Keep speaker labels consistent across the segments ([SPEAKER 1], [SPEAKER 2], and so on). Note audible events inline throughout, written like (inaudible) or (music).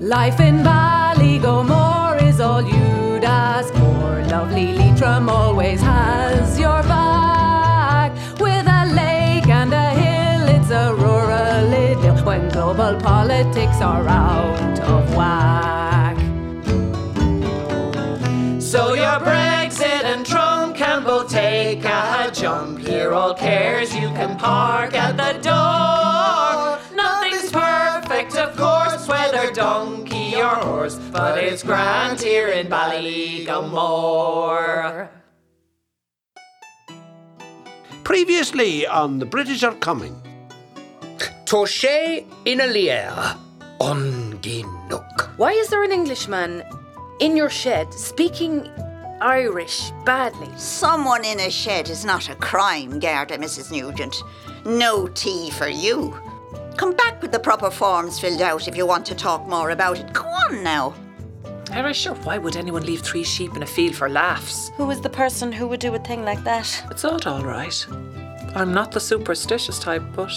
[SPEAKER 1] Life in Ballygomore is all you'd ask for. Lovely Leitrim always has your back. With a lake and a hill, it's a rural idyll when global politics are out of whack.
[SPEAKER 2] So your Brexit and Trump can both take a jump. Here all cares you can park at the door. Nothing's perfect, of course, whether donkey or horse, but it's grand here in Ballyglamore.
[SPEAKER 3] Previously on The British Are Coming.
[SPEAKER 4] Touché in a lier, on ginook.
[SPEAKER 5] Why is there an Englishman in your shed speaking Irish badly?
[SPEAKER 6] Someone in a shed is not a crime, Gerda, Mrs. Nugent. No tea for you. Come back with the proper forms filled out if you want to talk more about it. Go on now.
[SPEAKER 7] Sure, why would anyone leave three sheep in a field for laughs?
[SPEAKER 8] Who is the person who would do a thing like that?
[SPEAKER 7] It's not all right. I'm not the superstitious type, but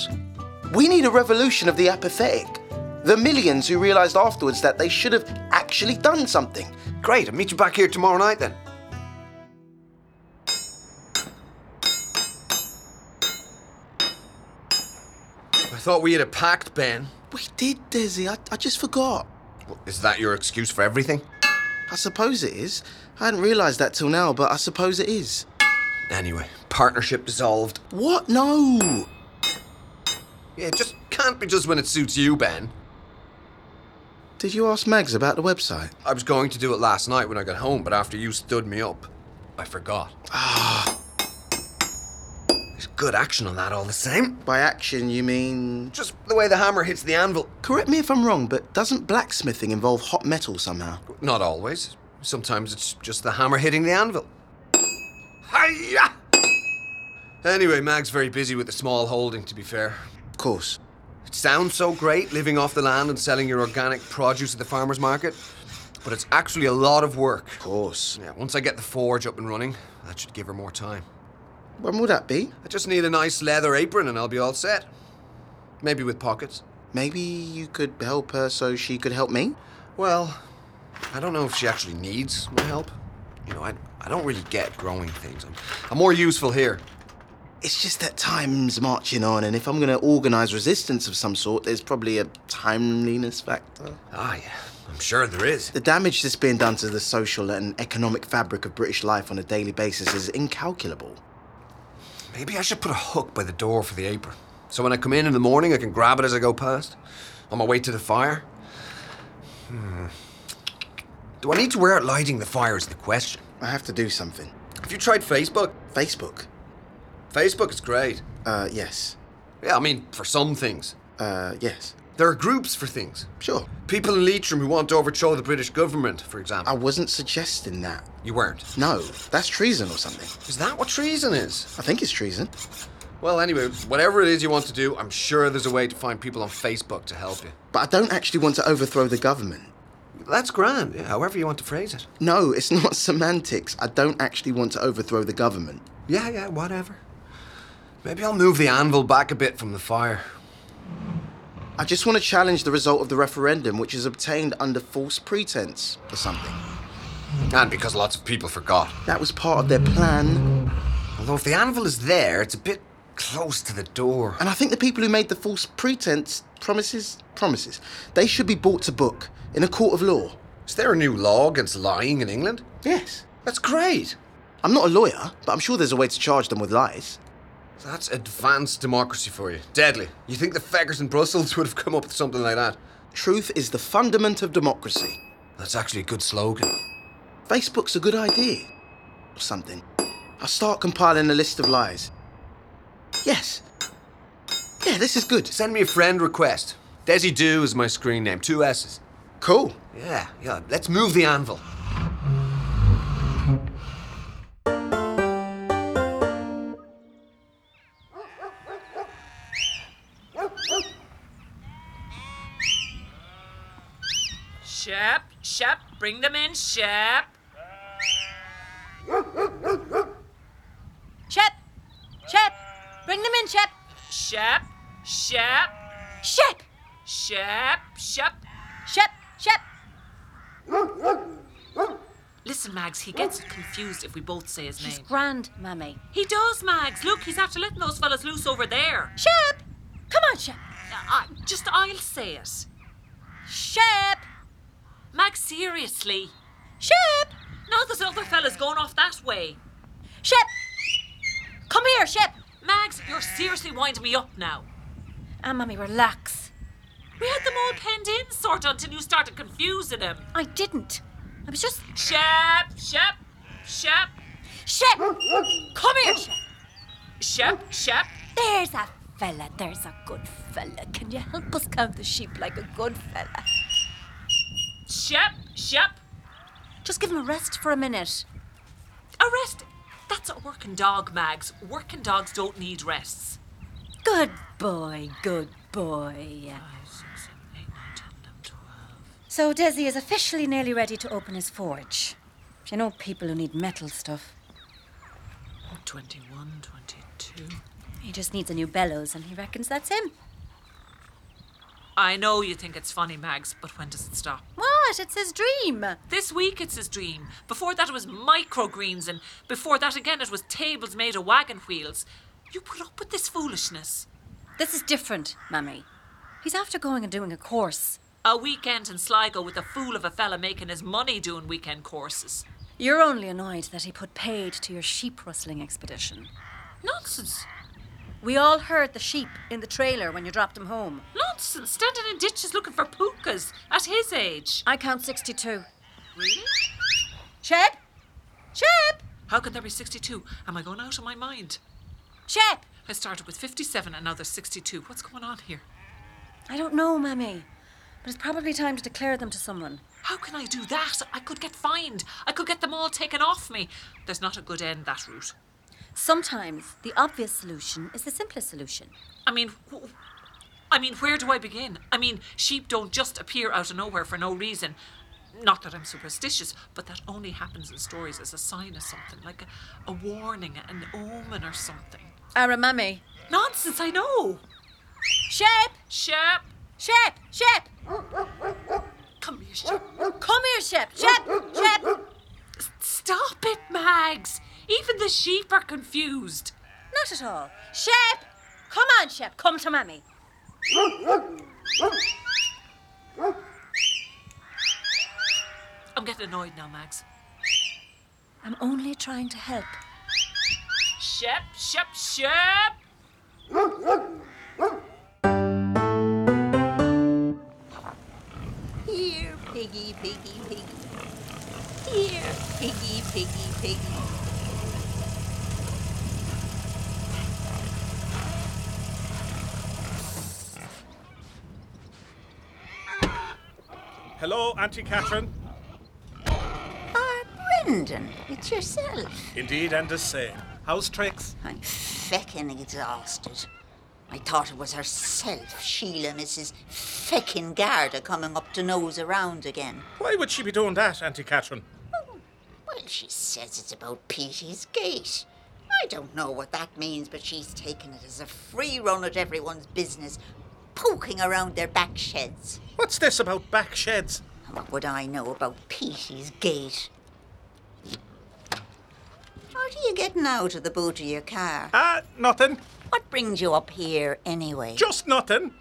[SPEAKER 9] We need a revolution of the apathetic. The millions who realised afterwards that they should have actually done something.
[SPEAKER 10] Great, I'll meet you back here tomorrow night then. I thought we had a pact, Ben.
[SPEAKER 9] We did, Dizzy. I, I just forgot.
[SPEAKER 10] Is that your excuse for everything?
[SPEAKER 9] I suppose it is. I hadn't realised that till now, but I suppose it is.
[SPEAKER 10] Anyway, partnership dissolved.
[SPEAKER 9] What? No!
[SPEAKER 10] Yeah, it just can't be just when it suits you, Ben.
[SPEAKER 9] Did you ask Mags about the website?
[SPEAKER 10] I was going to do it last night when I got home, but after you stood me up, I forgot. Ah. There's good action on that all the same.
[SPEAKER 9] By action, you mean.
[SPEAKER 10] Just the way the hammer hits the anvil.
[SPEAKER 9] Correct me if I'm wrong, but doesn't blacksmithing involve hot metal somehow?
[SPEAKER 10] Not always. Sometimes it's just the hammer hitting the anvil. Hiya! Anyway, Mag's very busy with the small holding, to be fair.
[SPEAKER 9] Of course.
[SPEAKER 10] It sounds so great living off the land and selling your organic produce at the farmer's market, but it's actually a lot of work.
[SPEAKER 9] Of course.
[SPEAKER 10] Yeah, once I get the forge up and running, that should give her more time.
[SPEAKER 9] When will that be?
[SPEAKER 10] I just need a nice leather apron and I'll be all set. Maybe with pockets.
[SPEAKER 9] Maybe you could help her so she could help me?
[SPEAKER 10] Well, I don't know if she actually needs my help. You know, I, I don't really get growing things. I'm, I'm more useful here.
[SPEAKER 9] It's just that time's marching on, and if I'm going to organise resistance of some sort, there's probably a timeliness factor.
[SPEAKER 10] Ah, yeah, I'm sure there is.
[SPEAKER 9] The damage that's being done to the social and economic fabric of British life on a daily basis is incalculable.
[SPEAKER 10] Maybe I should put a hook by the door for the apron. So when I come in in the morning, I can grab it as I go past. On my way to the fire. Hmm. Do I need to wear it lighting the fire is the question.
[SPEAKER 9] I have to do something.
[SPEAKER 10] Have you tried Facebook?
[SPEAKER 9] Facebook.
[SPEAKER 10] Facebook is great.
[SPEAKER 9] Uh, yes.
[SPEAKER 10] Yeah, I mean, for some things.
[SPEAKER 9] Uh, yes.
[SPEAKER 10] There are groups for things.
[SPEAKER 9] Sure.
[SPEAKER 10] People in Leitrim who want to overthrow the British government, for
[SPEAKER 9] I
[SPEAKER 10] example.
[SPEAKER 9] wasn't suggesting that.
[SPEAKER 10] you weren't.
[SPEAKER 9] No, that's treason or something.
[SPEAKER 10] Is that what treason is?
[SPEAKER 9] I think it's treason.
[SPEAKER 10] Well, anyway, whatever it is you want to do, I'm sure there's a way to find people on Facebook to help you.
[SPEAKER 9] But I don't actually want to overthrow the government.
[SPEAKER 10] That's grand, yeah, however you want to phrase it.
[SPEAKER 9] No, it's (laughs) not semantics. I don't actually want to overthrow the government.
[SPEAKER 10] Yeah, yeah, whatever. Maybe I'll move the anvil back a bit from the fire.
[SPEAKER 9] I just want to challenge the result of the referendum, which is obtained under false pretense or something.
[SPEAKER 10] And because lots of people forgot.
[SPEAKER 9] That was part of their plan.
[SPEAKER 10] Although if the anvil is there, it's a bit close to the door.
[SPEAKER 9] And I think the people who made the false pretense promises, promises, they should be brought to book in a court of law.
[SPEAKER 10] Is there a new law against lying in England?
[SPEAKER 9] Yes.
[SPEAKER 10] That's great.
[SPEAKER 9] I'm not a lawyer, but I'm sure there's a way to charge them with lies.
[SPEAKER 10] That's advanced democracy for you. Deadly. You think the feggers in Brussels (laughs) would have come up with something like that?
[SPEAKER 9] Truth is the fundament of democracy.
[SPEAKER 10] That's actually a good slogan.
[SPEAKER 9] Facebook's a good idea. Or something. I'll start compiling a list of lies. Yes. Yeah, this is good.
[SPEAKER 10] Send me a friend request. Desi Do is my screen name. Two S's.
[SPEAKER 9] Cool.
[SPEAKER 10] Yeah, yeah. Let's move the anvil.
[SPEAKER 7] Shep, Shep, bring them in, Shep.
[SPEAKER 8] Shep! Shep! Bring them in, Shep!
[SPEAKER 7] Shep, Shep,
[SPEAKER 8] Shep!
[SPEAKER 7] Shep, Shep.
[SPEAKER 8] Shep! Shep!
[SPEAKER 7] Listen, Mags, he gets confused if we both say his name.
[SPEAKER 8] Grand, Mammy.
[SPEAKER 7] He does, Mags. Look, he's after letting those fellas loose over there. Uh,
[SPEAKER 8] Shep! Come on, Shep!
[SPEAKER 7] I, just I'll say it.
[SPEAKER 8] Shep!
[SPEAKER 7] Mags, seriously.
[SPEAKER 8] Shep!
[SPEAKER 7] Now there's other fellas going off that way.
[SPEAKER 8] Shep! Come here, Shep!
[SPEAKER 7] Mags, you're seriously winding me up now.
[SPEAKER 8] Ah, Mammy, relax.
[SPEAKER 7] We had them all penned in, sort of, until you started confusing him.
[SPEAKER 8] I didn't. I was just.
[SPEAKER 7] Shep, Shep, Shep,
[SPEAKER 8] Shep! Come here, Shep!
[SPEAKER 7] Shep, Shep.
[SPEAKER 8] There's a fella, there's a good fella. Can you help us count the sheep like a good fella?
[SPEAKER 7] Shep, Shep.
[SPEAKER 8] Just give him a rest for a minute.
[SPEAKER 7] A rest? That's a working dog, Mags. Working dogs don't need rests.
[SPEAKER 8] Good boy, good boy. So Desi is officially nearly ready to open his forge. You know people who need metal stuff.
[SPEAKER 7] 21, 22.
[SPEAKER 8] He just needs a new bellows and he reckons that's him.
[SPEAKER 7] I know you think it's funny, Mags, but when does it stop?
[SPEAKER 8] What? It's his dream.
[SPEAKER 7] This week it's his dream. Before that it was microgreens, and before that again it was tables made of wagon wheels. You put up with this foolishness.
[SPEAKER 8] This is different, Mammy. He's after going and doing a course.
[SPEAKER 7] A weekend in Sligo with a fool of a fella making his money doing weekend courses.
[SPEAKER 8] You're only annoyed that he put paid to your sheep rustling expedition.
[SPEAKER 7] Nonsense.
[SPEAKER 8] We all heard the sheep in the trailer when you dropped them home.
[SPEAKER 7] Nonsense. Standing in ditches looking for pookas at his age.
[SPEAKER 8] I count 62.
[SPEAKER 7] Really?
[SPEAKER 8] Shep! Shep!
[SPEAKER 7] How can there be 62? Am I going out of my mind?
[SPEAKER 8] Shep!
[SPEAKER 7] I started with 57 and now there's 62. What's going on here?
[SPEAKER 8] I don't know, Mammy. But it's probably time to declare them to someone.
[SPEAKER 7] How can I do that? I could get fined. I could get them all taken off me. There's not a good end that route.
[SPEAKER 8] Sometimes the obvious solution is the simplest solution.
[SPEAKER 7] I mean, wh- I mean, where do I begin? I mean, sheep don't just appear out of nowhere for no reason. Not that I'm superstitious, but that only happens in stories as a sign of something, like a, a warning, an omen or something.
[SPEAKER 8] Ara Mammy.
[SPEAKER 7] Nonsense, I know.
[SPEAKER 8] Shep!
[SPEAKER 7] Shep,
[SPEAKER 8] Shep! Shep!
[SPEAKER 7] come here, Shep.
[SPEAKER 8] Come here, Shep! Shep! Shep!
[SPEAKER 7] Stop it, Mags. Even the sheep are confused.
[SPEAKER 8] Not at all. Shep! Come on, Shep. Come to Mammy.
[SPEAKER 7] I'm getting annoyed now, Mags.
[SPEAKER 8] I'm only trying to help.
[SPEAKER 7] Shep, Shep, Shep.
[SPEAKER 6] Here, piggy, piggy, piggy. Here, piggy, piggy, piggy.
[SPEAKER 11] Hello, Auntie Catherine.
[SPEAKER 6] Ah, Brendan, it's yourself.
[SPEAKER 11] Indeed, and the same. How's tricks?
[SPEAKER 6] I'm feckin' exhausted. I thought it was herself, Sheila, Mrs. Feckin' Garda, coming up to nose around again.
[SPEAKER 11] Why would she be doing that, Auntie Catherine?
[SPEAKER 6] Well, she says it's about Petey's gate. I don't know what that means, but she's taken it as a free run at everyone's business, poking around their back sheds.
[SPEAKER 11] What's this about back sheds?
[SPEAKER 6] What would I know about Petey's gate? What are you getting out of the boot of your car?
[SPEAKER 11] Ah, nothing.
[SPEAKER 6] What brings you up here anyway?
[SPEAKER 11] Just nothing.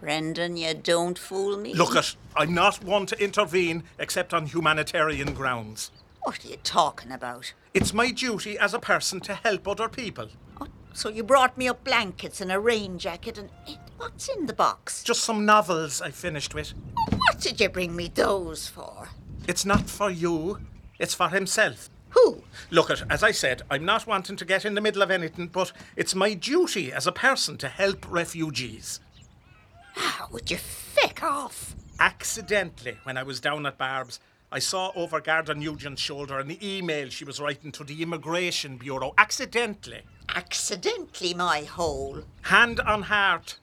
[SPEAKER 6] Brendan, you don't fool me.
[SPEAKER 11] Look it, I'm not one to intervene except on humanitarian grounds.
[SPEAKER 6] What are you talking about?
[SPEAKER 11] It's my duty as a person to help other people.
[SPEAKER 6] Oh, So you brought me up blankets and a rain jacket and what's in the box?
[SPEAKER 11] Just some novels I finished with.
[SPEAKER 6] What did you bring me those for?
[SPEAKER 11] It's not for you, it's for himself.
[SPEAKER 6] Who?
[SPEAKER 11] Look it, as I said, I'm not wanting to get in the middle of anything, but it's my duty as a person to help refugees.
[SPEAKER 6] How Ah, would you feck off?
[SPEAKER 11] Accidentally, when I was down at Barb's, I saw over Garda Nugent's shoulder an email she was writing to the Immigration Bureau. Accidentally.
[SPEAKER 6] Accidentally, my hole.
[SPEAKER 11] Hand on heart.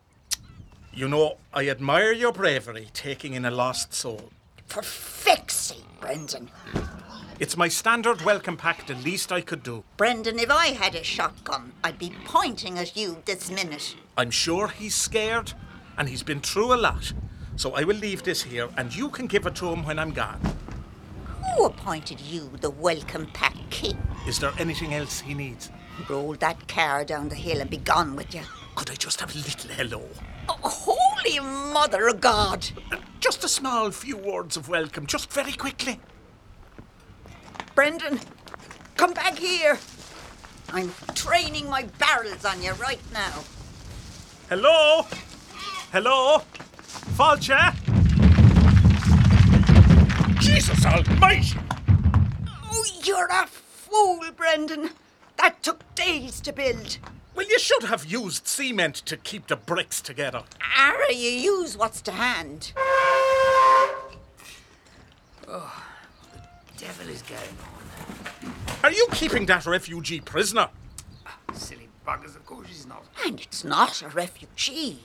[SPEAKER 11] You know, I admire your bravery taking in a lost soul.
[SPEAKER 6] For feck's sake, Brendan.
[SPEAKER 11] It's my standard welcome pack, the least I could do.
[SPEAKER 6] Brendan, if I had a shotgun, I'd be pointing at you this minute.
[SPEAKER 11] I'm sure he's scared, and he's been through a lot. So I will leave this here and you can give it to him when I'm gone.
[SPEAKER 6] Who appointed you the welcome pack king?
[SPEAKER 11] Is there anything else he needs?
[SPEAKER 6] Roll that car down the hill and be gone with you.
[SPEAKER 11] Could I just have a little hello?
[SPEAKER 6] Holy Mother of God!
[SPEAKER 11] Just a small few words of welcome, just very quickly.
[SPEAKER 6] Brendan, come back here. I'm training my barrels on you right now.
[SPEAKER 11] Hello? Hello? Vulture? Jesus almighty!
[SPEAKER 6] Oh, you're a fool, Brendan. That took days to build.
[SPEAKER 11] Well, you should have used cement to keep the bricks together.
[SPEAKER 6] Ara, you use what's to hand.
[SPEAKER 12] Oh, the devil is going
[SPEAKER 11] Are you keeping that refugee prisoner?
[SPEAKER 12] on. Ah, Silly buggers, of course he's not.
[SPEAKER 6] And it's not a refugee.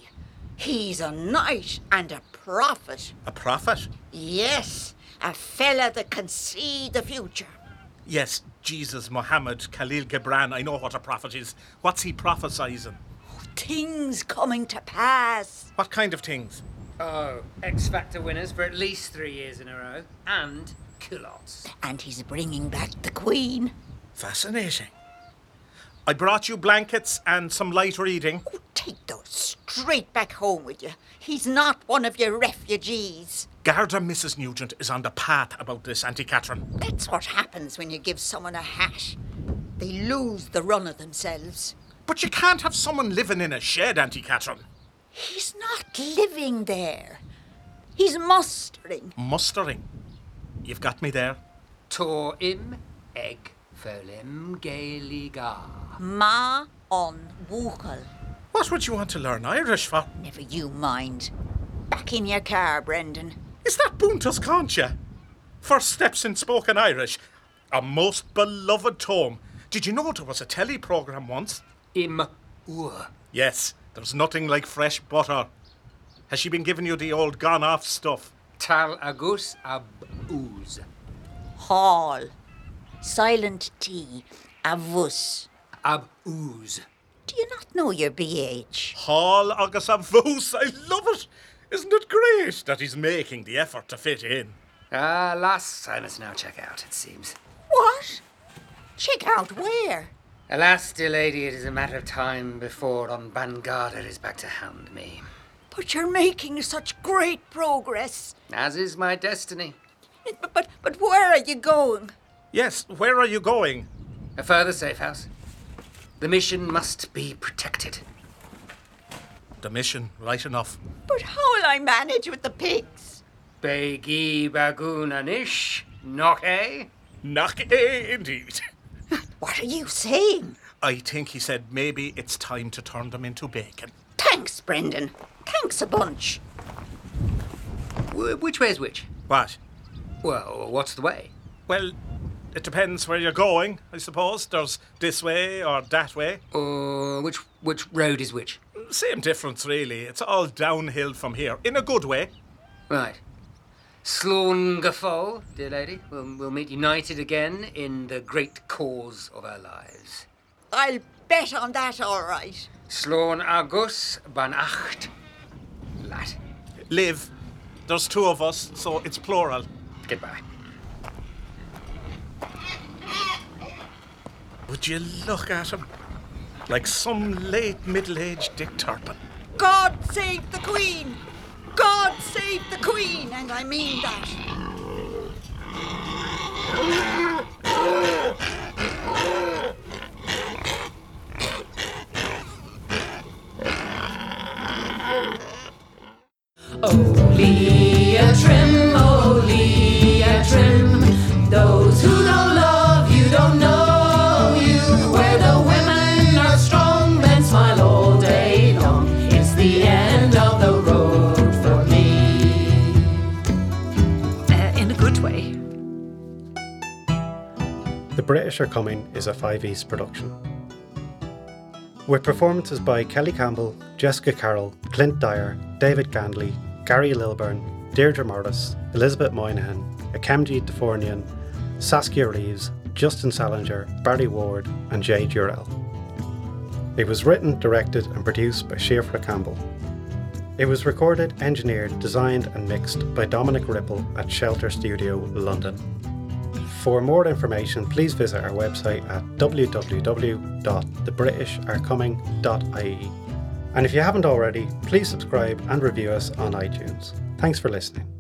[SPEAKER 6] He's a knight and a prophet.
[SPEAKER 11] A prophet?
[SPEAKER 6] Yes, a fella that can see the future.
[SPEAKER 11] Yes, Jesus, Muhammad, Khalil Gibran, I know what a prophet is. What's he prophesizing?
[SPEAKER 6] Oh, Things coming to pass.
[SPEAKER 11] What kind of things?
[SPEAKER 12] Oh, X Factor winners for at least three years in a row. And culottes.
[SPEAKER 6] And he's bringing back the Queen.
[SPEAKER 11] Fascinating. I brought you blankets and some light reading.
[SPEAKER 6] Straight back home with you. He's not one of your refugees.
[SPEAKER 11] Garda Mrs. Nugent is on the path about this, Auntie Catherine.
[SPEAKER 6] That's what happens when you give someone a hash. They lose the run of themselves.
[SPEAKER 11] But you can't have someone living in a shed, Auntie Catherine.
[SPEAKER 6] He's not living there. He's mustering.
[SPEAKER 11] Mustering. You've got me there.
[SPEAKER 12] Tor im egg folem gaeliga.
[SPEAKER 6] Ma on wuchel.
[SPEAKER 11] What would you want to learn Irish for?
[SPEAKER 6] Never you mind. Back in your car, Brendan.
[SPEAKER 11] Is that Buntas, can't you? First Steps in Spoken Irish, a most beloved tome. Did you know there was a telly programme once?
[SPEAKER 12] Im ur.
[SPEAKER 11] Yes, there's nothing like fresh butter. Has she been giving you the old gone off stuff?
[SPEAKER 12] Tal agus ab ooze.
[SPEAKER 6] Hall. Silent T. Avus.
[SPEAKER 12] Ab ooze.
[SPEAKER 6] Do you not know your BH?
[SPEAKER 11] Hall agus a voos. I love it. Isn't it great that he's making the effort to fit in?
[SPEAKER 12] Ah, alas, I must now check out, it seems.
[SPEAKER 6] What? Check out where?
[SPEAKER 12] Alas, dear lady, it is a matter of time before on Bangarda is back to hound me.
[SPEAKER 6] But you're making such great progress.
[SPEAKER 12] As is my destiny.
[SPEAKER 6] But, but, but where are you going?
[SPEAKER 11] Yes, where are you going?
[SPEAKER 12] A further safe house. The mission must be protected.
[SPEAKER 11] The mission, right enough.
[SPEAKER 6] But how will I manage with the pigs?
[SPEAKER 12] Begi bagunanish, noche.
[SPEAKER 11] Knock eh, indeed.
[SPEAKER 6] (laughs) What are you saying?
[SPEAKER 11] I think he said maybe it's time to turn them into bacon.
[SPEAKER 6] Thanks, Brendan. Thanks a bunch.
[SPEAKER 12] Wh- Which way is which?
[SPEAKER 11] What?
[SPEAKER 12] Well, what's the way?
[SPEAKER 11] Well, it depends where you're going, I suppose. There's this way or that way.
[SPEAKER 12] Uh, which which road is which?
[SPEAKER 11] Same difference, really. It's all downhill from here, in a good way.
[SPEAKER 12] Right. Sloan Gafol, dear lady, we'll, we'll meet united again in the great cause of our lives.
[SPEAKER 6] I'll bet on that, all right.
[SPEAKER 12] Sloan Agus Banacht. Lad.
[SPEAKER 11] Live. There's two of us, so it's plural.
[SPEAKER 12] Goodbye.
[SPEAKER 11] Would you look at him? Like some late middle aged Dick Turpin.
[SPEAKER 6] God save the Queen! God save the Queen! And I mean that.
[SPEAKER 1] Leah Trim, oh Leah Trim. Those who don't love you don't know you. Where the women are strong, men smile all day long. It's the end of the road for me.
[SPEAKER 7] Uh, in a good way.
[SPEAKER 13] The British Are Coming is a 5E's production. With performances by Kelly Campbell, Jessica Carroll, Clint Dyer, David Gandley, Gary Lilburn, Deirdre Morris, Elizabeth Moynihan, Akemji Defornian, Saskia Reeves, Justin Salinger, Barry Ward, and Jay Durrell. It was written, directed, and produced by Shafra Campbell. It was recorded, engineered, designed, and mixed by Dominic Ripple at Shelter Studio, London. For more information, please visit our website at E. www.thebritisharecoming.ie. And if you haven't already, please subscribe and review us on iTunes. Thanks for listening.